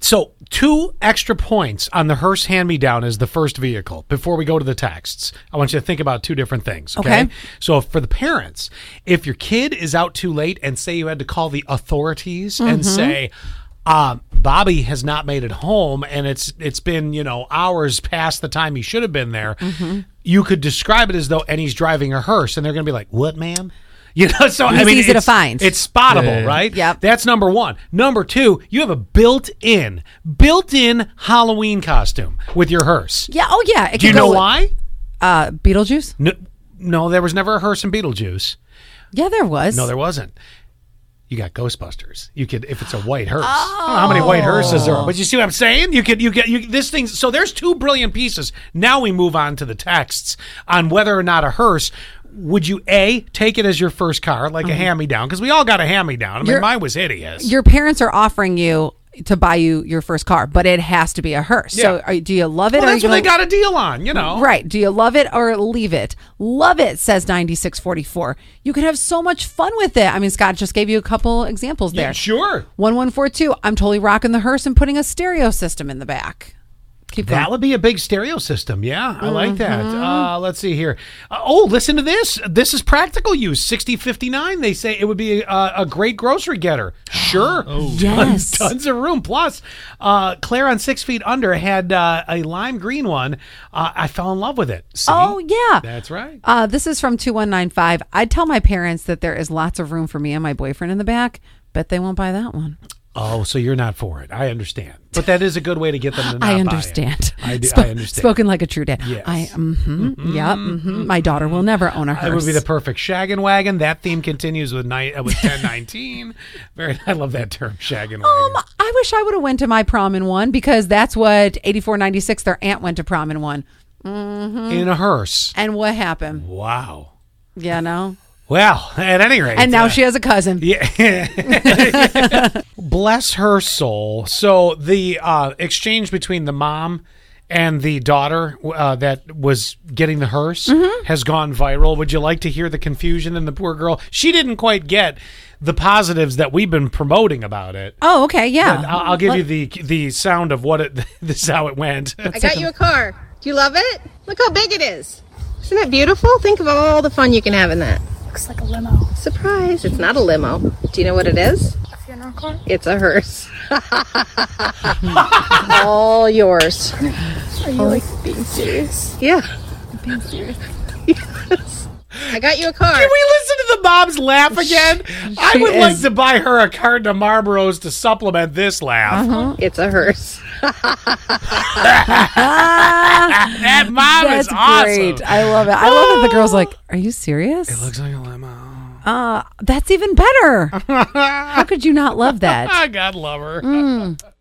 So two extra points on the hearse hand me down as the first vehicle. Before we go to the texts, I want you to think about two different things. Okay? Okay. So for the parents, if your kid is out too late and say you had to call the authorities and Mm-hmm. say. Uh, Bobby has not made it home, and it's it's been you know hours past the time he should have been there. Mm-hmm. You could describe it as though and he's driving a hearse, and they're going to be like, "What, ma'am?" You know, so I It's mean, easy to it's- find. It's spottable, Yeah. right? Yep. That's number one. Number two, you have a built-in, built-in Halloween costume with your hearse. Yeah. Oh, yeah. It Do you could go know with- why? Uh, Beetlejuice? No, no, there was never a hearse in Beetlejuice. Yeah, there was. No, there wasn't. You got Ghostbusters. You could if it's a white hearse. I Oh. don't know how many white hearses there are, but you see what I'm saying? You could you get you this thing. So there's two brilliant pieces. Now we move on to the texts on whether or not a hearse. Would you a take it as your first car, like a hand me down? Because we all got a hand me down. I mean, You're- mine was hideous. Mm-hmm. Your parents are offering you to buy you your first car, but it has to be a hearse. So, Yeah. are, do you love it? well, or are that's you what they gonna- got a deal on, you know. Right. Do you love it or leave it? Love it, says 9644. You could have so much fun with it. I mean, Scott just gave you a couple examples there. Sure. 1142. I'm totally rocking the hearse and putting a stereo system in the back. Keep going. That would be a big stereo system. Yeah, I like that. Mm-hmm. Uh, let's see here. Uh, oh, listen to this. This is practical use. 6059, they say it would be a, a great grocery getter. Sure. Oh, Tons, Yes. tons of room. Plus, uh, Claire on Six Feet Under had uh, a lime green one. Uh, I fell in love with it. See? Oh, yeah. That's right. Uh, this is from 2195. I'd tell my parents that there is lots of room for me and my boyfriend in the back. Bet they won't buy that one. Oh, so you're not for it. I understand. But that is a good way to get them to not I buy it. understand. I, do, Spo- I understand. Spoken like a true dad. Yes. I, mm Yeah. mhm. My daughter will never own a hearse. It would be the perfect shaggin' wagon. That theme continues with night uh, with ten nineteen. Very, I love that term, shaggin' wagon. Um, I wish I would have went to my prom in one because that's what 8496 their aunt went to prom in one. Um, in a hearse. And what happened? Wow. You know? Well, at any rate, And now uh, she has a cousin. bless her soul. So the uh, exchange between the mom and the daughter uh, that was getting the hearse Mm-hmm. has gone viral. Would you like to hear the confusion in the poor girl? She didn't quite get the positives that we've been promoting about it. Oh, okay. Yeah. And I'll, I'll give you the the sound of what it this is how it went. I got you a car. Do you love it? Look how big it is. Isn't that beautiful? Think of all the fun you can have in that. Looks like a limo. Surprise, it's not a limo. Do you know what it is? A funeral car? It's a hearse. all yours. Are you like being serious? Yeah. Being serious. Yes. I got you a car. Can we listen to the mom's laugh again? I would like to buy her a carton of Marlboros to supplement this laugh. Uh-huh. It's a hearse. That mom That's is awesome. great. I love it. I love that the girl's like, Are you serious? It looks like a limo. Uh, that's even better. How could you not love that? I God love her.